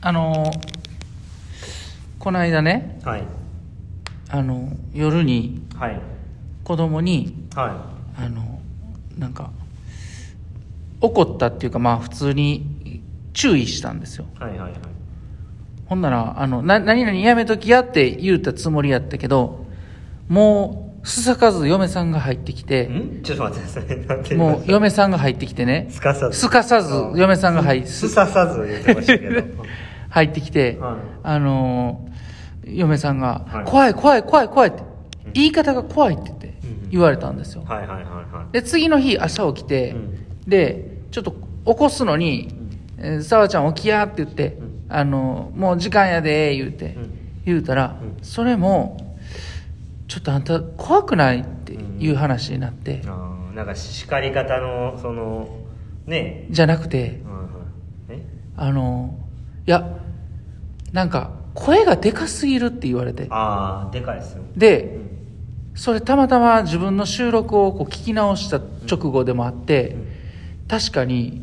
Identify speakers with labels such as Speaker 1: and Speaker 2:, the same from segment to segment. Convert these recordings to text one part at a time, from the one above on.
Speaker 1: あのこの間ね
Speaker 2: はい
Speaker 1: あの夜に
Speaker 2: はい
Speaker 1: 子供に
Speaker 2: は
Speaker 1: あのなんか怒ったっていうかまあ普通に注意したんですよ
Speaker 2: いはいはいはい
Speaker 1: ほんならあのな「何々やめときや」って言うたつもりやったけどもうすさかず嫁さんが入ってきて
Speaker 2: んちょっと待ってくださいなんて言いま
Speaker 1: もう
Speaker 2: した
Speaker 1: 嫁さんが入ってきてね
Speaker 2: すかさず
Speaker 1: すかさず嫁さんが入って
Speaker 2: すささず言ってましたけど
Speaker 1: 入ってきて、
Speaker 2: はい
Speaker 1: あのー嫁さんが、
Speaker 2: はい
Speaker 1: 怖い怖い怖い怖いって、言い方が怖いって言って
Speaker 2: うん
Speaker 1: 言われたんですよ。
Speaker 2: はいはいはいは
Speaker 1: で、次の日朝起きて、
Speaker 2: うん
Speaker 1: で、ちょっと起こすのに、えー沙和、ちゃん起きやって言って、
Speaker 2: ん
Speaker 1: あのーもう時間やで、言うて、
Speaker 2: うん
Speaker 1: 言うたら、
Speaker 2: うん
Speaker 1: それも、ちょっとあんた怖くないっていう話になって、
Speaker 2: いあーなんか叱り方のそのね
Speaker 1: じゃなくて
Speaker 2: え、はいはい
Speaker 1: あのーいや、なんか、声がでかすぎるって言われて
Speaker 2: え。ああでかいですよ
Speaker 1: で
Speaker 2: う、ん
Speaker 1: それたまたま自分の収録をこう聞き直した直後でもあって、
Speaker 2: うん
Speaker 1: 確かに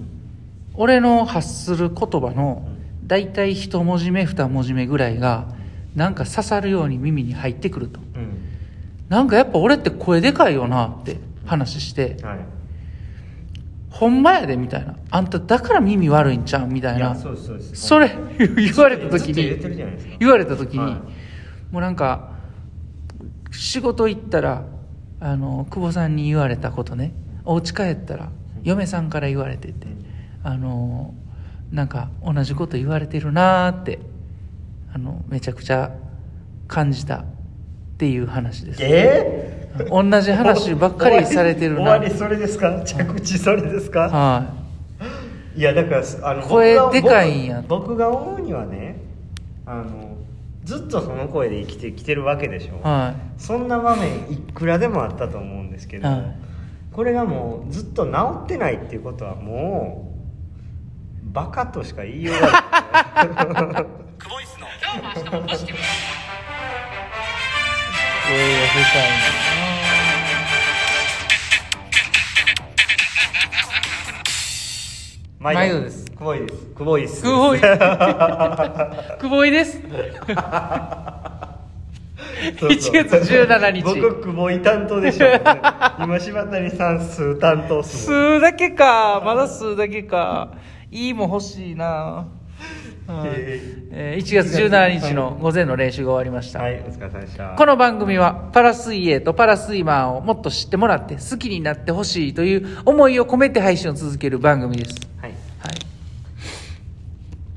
Speaker 1: 俺の発する言葉の大体一文字目二文字目ぐらいがなんか刺さるように耳に入ってくると
Speaker 2: うん
Speaker 1: なんかやっぱ俺って声でかいよなって話して
Speaker 2: はい
Speaker 1: 「ほんまやで」みたいな「あんただから耳悪いんちゃう?」みたい
Speaker 2: い
Speaker 1: な
Speaker 2: やそうですそうです
Speaker 1: それ言われた時
Speaker 2: ずっと言ってる
Speaker 1: に
Speaker 2: じゃないですか
Speaker 1: 言われた時に、
Speaker 2: はい
Speaker 1: もうなんか仕事行ったらあの久保さんに言われたことねお家帰ったら嫁さんから言われてて
Speaker 2: うん
Speaker 1: あのなんか同じこと言われてるなーってあのめちゃくちゃ感じたっていう話です
Speaker 2: ええ
Speaker 1: 同じ話ばっかりされてる
Speaker 2: 終
Speaker 1: な
Speaker 2: わり終わりそれですか着地それですか
Speaker 1: はい
Speaker 2: やだからあの
Speaker 1: 声
Speaker 2: 僕が
Speaker 1: でかいんや
Speaker 2: 僕僕が思うにはねあのずっとその声で生きてきてるわけでしょ、
Speaker 1: いは
Speaker 2: そんな場面いくらでもあったと思うんですけど、
Speaker 1: はい
Speaker 2: これがもうずっと治ってないっていうことはもうバカとしか言いようがない
Speaker 1: い声がで かい
Speaker 2: 毎度
Speaker 1: 毎度です
Speaker 2: 久保井です久保井 です
Speaker 1: 久保井久保井です
Speaker 2: そうそう
Speaker 1: 1月17日
Speaker 2: 僕久保井担当でしょ今柴谷さん数担当っすもん
Speaker 1: 数だけかまだ数だけかいいも欲しいな、はいえー1月17日の午前の練習が終わりました、
Speaker 2: はいお疲れ様でした
Speaker 1: この番組はパラ水泳とパラスイマーをもっと知ってもらって好きになってほしいという思いを込めて配信を続ける番組です、
Speaker 2: はい
Speaker 1: はい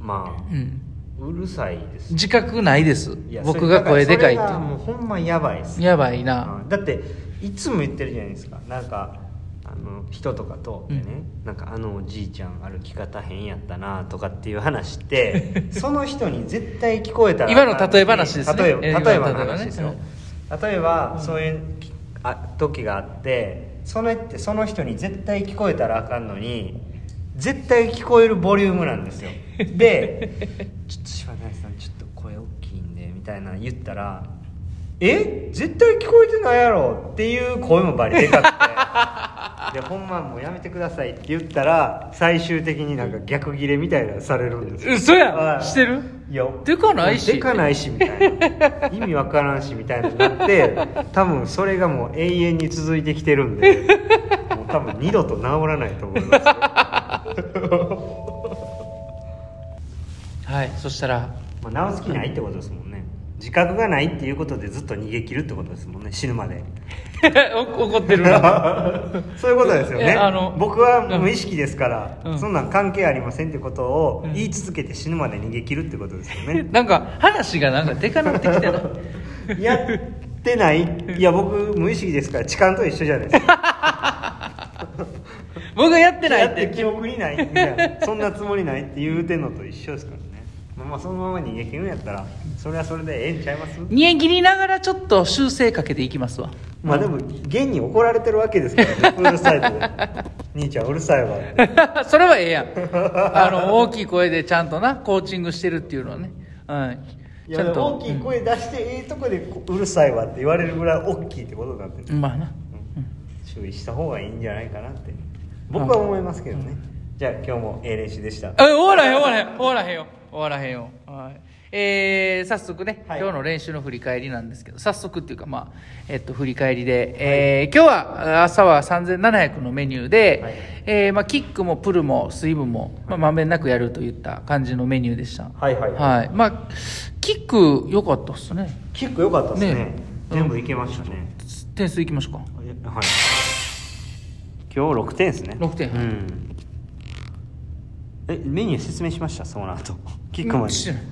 Speaker 2: ま
Speaker 1: うん、
Speaker 2: あうるさいです
Speaker 1: 自覚ないです
Speaker 2: いや
Speaker 1: 僕が声でかいっ
Speaker 2: それがもうほんまやばいです
Speaker 1: てやばいな、
Speaker 2: うんだっていつも言ってるじゃないですかなんかあの人とかとね、なんかあのおじいちゃん歩き方変やったなとかっていう話って その人に絶対聞こえたら
Speaker 1: 今の例え話ですね
Speaker 2: 例え
Speaker 1: え
Speaker 2: ば例えばの
Speaker 1: 今の例えばね
Speaker 2: 話ですよ、例えば、そういうあ時があってそのってその人に絶対聞こえたらあかんのに絶対聞こえるボリュームなんですよ でちょっと柴谷さんちょっと声大きいんでみたいなの言ったらえ絶対聞こえてないやろっていう声もバリでかく てでほんまもうやめてくださいって言ったら最終的になんか逆ギレみたいなのされるんですよ
Speaker 1: 嘘やん
Speaker 2: はい
Speaker 1: してる
Speaker 2: いや
Speaker 1: でかないし
Speaker 2: でかないしみたいな意味わからんしみたいなのにな って多分それがもう永遠に続いてきてるんでもう多分二度と治らないと思いますよ
Speaker 1: はいそしたら
Speaker 2: まあ治す気ないってことですもんね自覚がないっていうことでずっと逃げ切るってことですもんね死ぬ まで
Speaker 1: お怒ってるな
Speaker 2: そういうことですよ
Speaker 1: い
Speaker 2: ね
Speaker 1: やあの
Speaker 2: 僕は無意識ですから、
Speaker 1: うん
Speaker 2: そんなん関係ありませんってことを言い続けて死ぬまで逃げ切るってことですよね
Speaker 1: なんか話がなんかでかなってきたな
Speaker 2: やってないいや僕無意識ですから痴漢と一緒じゃないですか
Speaker 1: 僕がやってない
Speaker 2: や
Speaker 1: っ
Speaker 2: って
Speaker 1: て
Speaker 2: 記憶にないみたいなそんなつもりないって言うてんのと一緒ですからねまあまあそのまま逃げ切るんやったらそれはそれでええんちゃいます
Speaker 1: 煮え切りながらちょっと修正かけていきますわ
Speaker 2: まあでも現に怒られてるわけですからねうるさ いと兄ちゃんうるさいわ
Speaker 1: それはええやんあの大きい声でちゃんとなコーチングしてるっていうのはね、はい、
Speaker 2: い
Speaker 1: ちゃ
Speaker 2: や
Speaker 1: んと
Speaker 2: 大きい声出してええとこでこううるさいわって言われるぐらい大きいってことになってる
Speaker 1: うんまあな、
Speaker 2: 注意した方がいいんじゃないかなって僕は思いますけどね、じゃあ今日もええ練習でした
Speaker 1: あ終わらへん終わらへん終わらへんよ終わらへんよ、はいえー、早速ね、
Speaker 2: はい
Speaker 1: 今日の練習の振り返りなんですけど早速っていうかまあえっと振り返りで、えー今日は朝は3700のメニューで、
Speaker 2: はい
Speaker 1: えーまあ、キックもプルもスイムもまあまんべんなくやるといった感じのメニューでした
Speaker 2: はいはいはい
Speaker 1: はいまあキック良かったっすね
Speaker 2: キック良かったですね
Speaker 1: ね
Speaker 2: 全部いけましたね、
Speaker 1: 点数いきましょうか
Speaker 2: はい今日6点ですね
Speaker 1: 6点
Speaker 2: うんえメニュー説明しましたその後 キックまで
Speaker 1: してない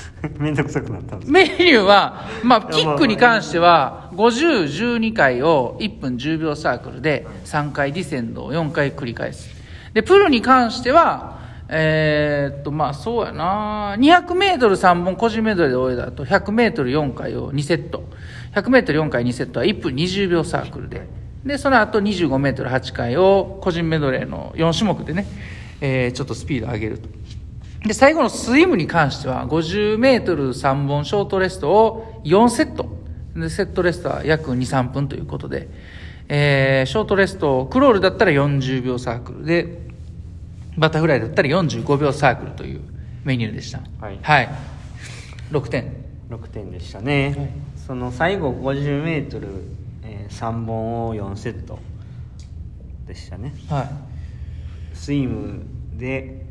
Speaker 2: めんどくさくなったんです
Speaker 1: メニューは、まあ、
Speaker 2: いや
Speaker 1: キックに関しては、50、12回を1分10秒サークルで、3回ディセンドを4回繰り返す。で、プルに関しては、えーっと、まあ、そうやな、200メートル3本個人メドレーで終えた後、100メートル4回を2セット。100メートル4回2セットは1分20秒サークルで。で、その後25メートル8回を個人メドレーの4種目でね、えーちょっとスピード上げると。で、最後のスイムに関しては、50メートル3本ショートレストを4セット。で、セットレストは約2、3分ということで、えー、ショートレスト、クロールだったら40秒サークルで、バタフライだったら45秒サークルというメニューでした。
Speaker 2: はい
Speaker 1: はい。6点。
Speaker 2: 6点でしたね、
Speaker 1: はい
Speaker 2: その最後 50m3、えー3本を4セットでしたね
Speaker 1: はい。
Speaker 2: スイムで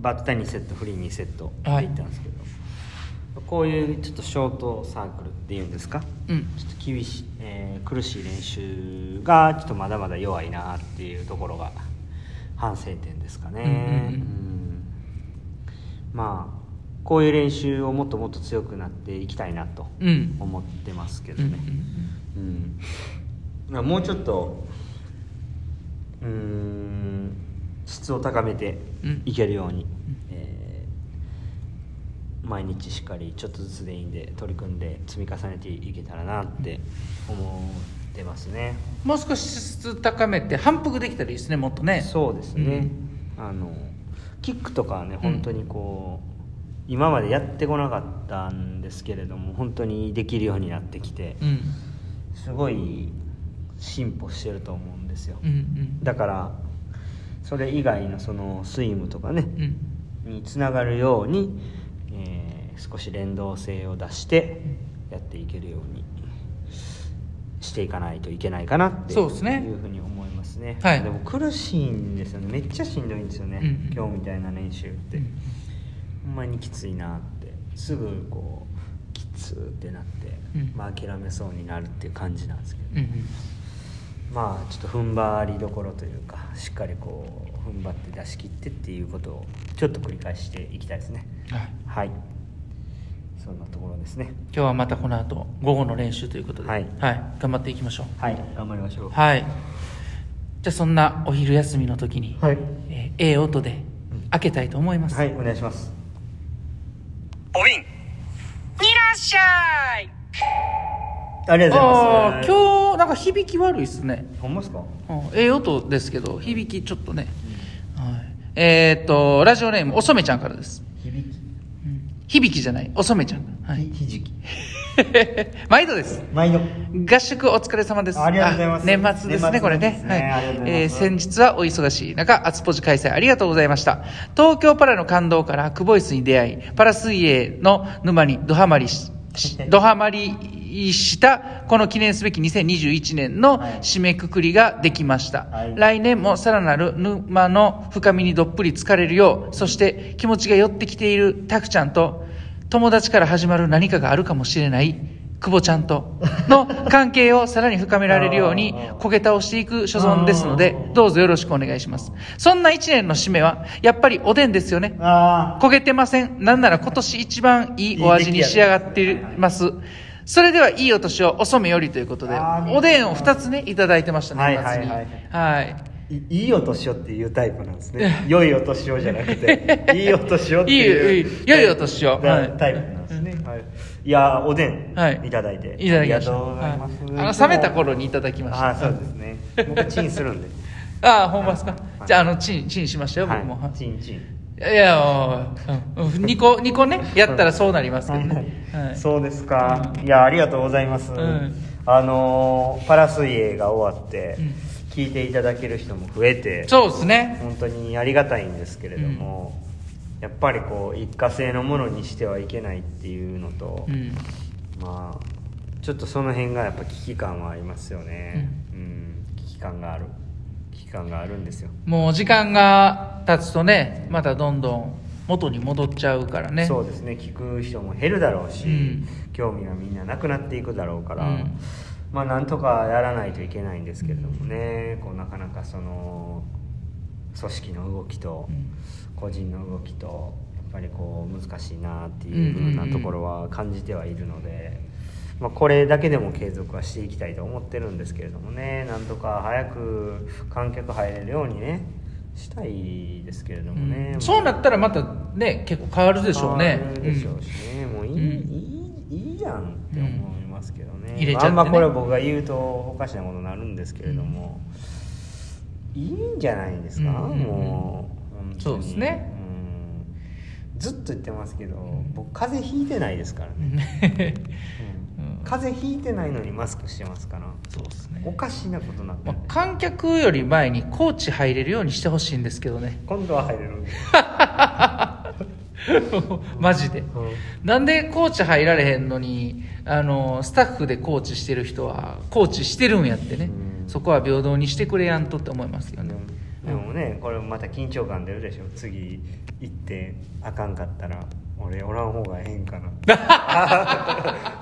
Speaker 2: バッタ2セットフリー2セットで
Speaker 1: はい
Speaker 2: いったんですけど、こういうちょっとショートサークルっていうんですか
Speaker 1: うん。
Speaker 2: ちょっと厳しい、えー苦しい練習がちょっとまだまだ弱いなっていうところが反省点ですかね、
Speaker 1: うんうんうん
Speaker 2: うんまあこういう練習をもっともっと強くなっていきたいなと
Speaker 1: うん。
Speaker 2: 思ってますけ
Speaker 1: う
Speaker 2: ど
Speaker 1: ん
Speaker 2: ね、うんまあもうちょっとうーん質を高めて
Speaker 1: うん
Speaker 2: いけるように、えー毎日しっかりちょっとずつでいいんで取り組んで積み重ねていけたらなって思ってますね、
Speaker 1: もう少し質高めて、反復できたらいいですね、もっとね。
Speaker 2: そうですね、あのキックとかはね本当にこう、今までやってこなかったんですけれども本当にできるようになってきて、
Speaker 1: うん。
Speaker 2: すごい進歩してると思うんですよ、
Speaker 1: うんうん。
Speaker 2: だからそれ以外のそのスイムとかね
Speaker 1: うん。
Speaker 2: につながるように、えー少し連動性を出してやっていけるようにしていかないといけないかなって
Speaker 1: そうですね
Speaker 2: いうふうに思いますね、
Speaker 1: はい
Speaker 2: でも苦しいんですよねめっちゃしんどいんですよね、
Speaker 1: うんうん
Speaker 2: 今日みたいな練習って、
Speaker 1: うん
Speaker 2: ほんまにきついなってすぐこうきつーってなって、
Speaker 1: うん
Speaker 2: まあ諦めそうになるっていう感じなんですけど
Speaker 1: うんうん。
Speaker 2: まあちょっと踏ん張りどころというかしっかりこう踏ん張って出し切ってっていうことをちょっと繰り返していきたいですね
Speaker 1: はい。
Speaker 2: はいそんなところですね
Speaker 1: 今日はまたこの後午後の練習ということで、
Speaker 2: はい
Speaker 1: 頑張っていきましょ
Speaker 2: はい頑張りましょ
Speaker 1: う
Speaker 2: う
Speaker 1: はいじゃあそんなお昼休みの時に、
Speaker 2: はい
Speaker 1: えーええ音で開けたいと思います、
Speaker 2: はいお願いします
Speaker 3: おびんいらっしゃい
Speaker 2: ありがとうござい
Speaker 1: あ
Speaker 2: ま
Speaker 1: あ
Speaker 2: す
Speaker 1: 今日なんか響き悪いですね、
Speaker 2: 日ほんまですか
Speaker 1: うんええ音ですけど響きちょっとね、はい、えーっとラジオネームおそめちゃんからです、
Speaker 2: 響き
Speaker 1: うん響きじゃないおそめちゃん、 はい、
Speaker 2: ひじき
Speaker 1: 毎度です
Speaker 2: 毎度
Speaker 1: 合宿お疲れ様です。
Speaker 2: ありがとうございま
Speaker 1: あ年
Speaker 2: す
Speaker 1: 末です
Speaker 2: 年末
Speaker 1: ね、これ
Speaker 2: です
Speaker 1: ね。
Speaker 2: ねあり
Speaker 1: はい。
Speaker 2: がとうござい
Speaker 1: え
Speaker 2: ま
Speaker 1: ー
Speaker 2: す
Speaker 1: 先日はお忙しい中、アツポジ開催ありがとうございました。東京パラの感動からクボイスに出会い、パラ水泳の沼にドハマりし、しドハマりした、この記念すべき2021年の
Speaker 2: はい
Speaker 1: 締めくくりができました。
Speaker 2: はい
Speaker 1: 来年もさらなる沼の深みにどっぷり疲れるよう、そして気持ちが寄ってきているタクちゃんと、友達から始まる何かがあるかもしれない、久保ちゃんとの関係をさらに深められるように
Speaker 2: あー、
Speaker 1: こけ倒していく所存ですので、どうぞよろしくお願いします。そんな一年の締めは、やっぱりおでんですよね。
Speaker 2: あ
Speaker 1: 焦げてません。なんなら今年一番いいお味に仕上がっています。それでは、いいお年を、お染めよりということで
Speaker 2: あ、ー
Speaker 1: おでんを2つね、いただいてましたね、
Speaker 2: はい
Speaker 1: 年末に
Speaker 2: はい
Speaker 1: はい
Speaker 2: いいいお年をっていうタイプなんですね良いお年をじゃなく ていいお年をっていう
Speaker 1: いいいい良いお年を
Speaker 2: だ
Speaker 1: はい
Speaker 2: タイプなんですね、はい、いやーおでん、
Speaker 1: はい
Speaker 2: い、ただいて
Speaker 1: いただき
Speaker 2: あ
Speaker 1: まし
Speaker 2: り
Speaker 1: た。
Speaker 2: がとうございます、
Speaker 1: はいあの、冷めた頃にいただきました。
Speaker 2: ああそうですね僕チンするんで
Speaker 1: ああ、ほんまですか。
Speaker 2: い
Speaker 1: じゃあ、あの、チン、チンしましたよ、
Speaker 2: は
Speaker 1: 僕も。はい
Speaker 2: いチンチン
Speaker 1: いやいや、おいおいうん2個、二個ね、やったらそうなりますけどね。はい。
Speaker 2: そうですか、いやありがとうございます、
Speaker 1: ん
Speaker 2: あのーパラ水泳が終わって、
Speaker 1: うん
Speaker 2: 聞いていただける人も増えて
Speaker 1: そうですね
Speaker 2: 本当にありがたいんですけれども、やっぱりこう一過性のものにしてはいけないっていうのと、
Speaker 1: うん
Speaker 2: まあちょっとその辺がやっぱ危機感はありますよねうん、危機感がある危機感があるんですよ
Speaker 1: もう時間が経つとねまたどんどん元に戻っちゃうからね
Speaker 2: そうですね聞く人も減るだろうし、
Speaker 1: うん
Speaker 2: 興味がみんななくなっていくだろうから、
Speaker 1: うん
Speaker 2: まあなんとかやらないといけないんですけれどもね、こうなかなかその組織の動きと
Speaker 1: うん
Speaker 2: 個人の動きとやっぱりこう難しいなっていうふうなところは感じてはいるので。まあ、これだけでも継続はしていきたいと思ってるんですけれどもねなんとか早く観客入れるようにねしたいですけれどもね、
Speaker 1: う
Speaker 2: まあ
Speaker 1: んそうなったらまたね結構変わるでしょうね
Speaker 2: 変わるでしょうしね、もういい,、
Speaker 1: うん
Speaker 2: いいいいやんって思いますけど
Speaker 1: う
Speaker 2: ね,、
Speaker 1: ん入れちゃってね
Speaker 2: あんまこれ僕が言うとおかしなことになるんですけれども、いいんじゃないですか、
Speaker 1: うんうんうん
Speaker 2: もう本当に
Speaker 1: そうですね
Speaker 2: うんずっと言ってますけど僕風邪ひいてないですから
Speaker 1: う
Speaker 2: ね、
Speaker 1: ん
Speaker 2: う
Speaker 1: う
Speaker 2: ん
Speaker 1: ん
Speaker 2: 風邪ひいてないのにマスクしてますから
Speaker 1: そうです
Speaker 2: お
Speaker 1: ね、
Speaker 2: かしなことになって
Speaker 1: まあ
Speaker 2: る、
Speaker 1: 観客より前にコーチ入れるようにしてほしいんですけどね
Speaker 2: 今度は入れる、
Speaker 1: マジで
Speaker 2: うん
Speaker 1: なんでコーチ入られへんのにあのスタッフでコーチしてる人はコーチしてるんやってね
Speaker 2: うん
Speaker 1: そこは平等にしてくれやんとって思いますよね
Speaker 2: でもねこれまた緊張感出るでしょ次行ってあかんかったら俺おらん方がええんか な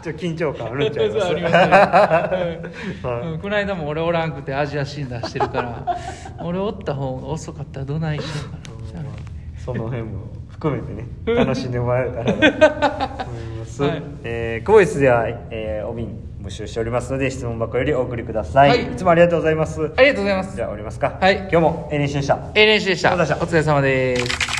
Speaker 2: ちょっと緊張感あるんちゃいます
Speaker 1: そうありま
Speaker 2: はい
Speaker 1: うんこの間も俺おらんくてアジア診断してるから 俺おった方が遅かったらどないしようかな
Speaker 2: その辺も含めてね楽しんでもらえた らと思います、
Speaker 1: はい
Speaker 2: えークボイスでは、えーお瓶募集しておりますので質問箱よりお送りください、
Speaker 1: はい
Speaker 2: い、つもありがとうございます
Speaker 1: ありがとうございます
Speaker 2: じゃあおりますか
Speaker 1: はい
Speaker 2: 今日も NC でした
Speaker 1: え練習でした
Speaker 2: ありがとうございました
Speaker 1: お疲れ様です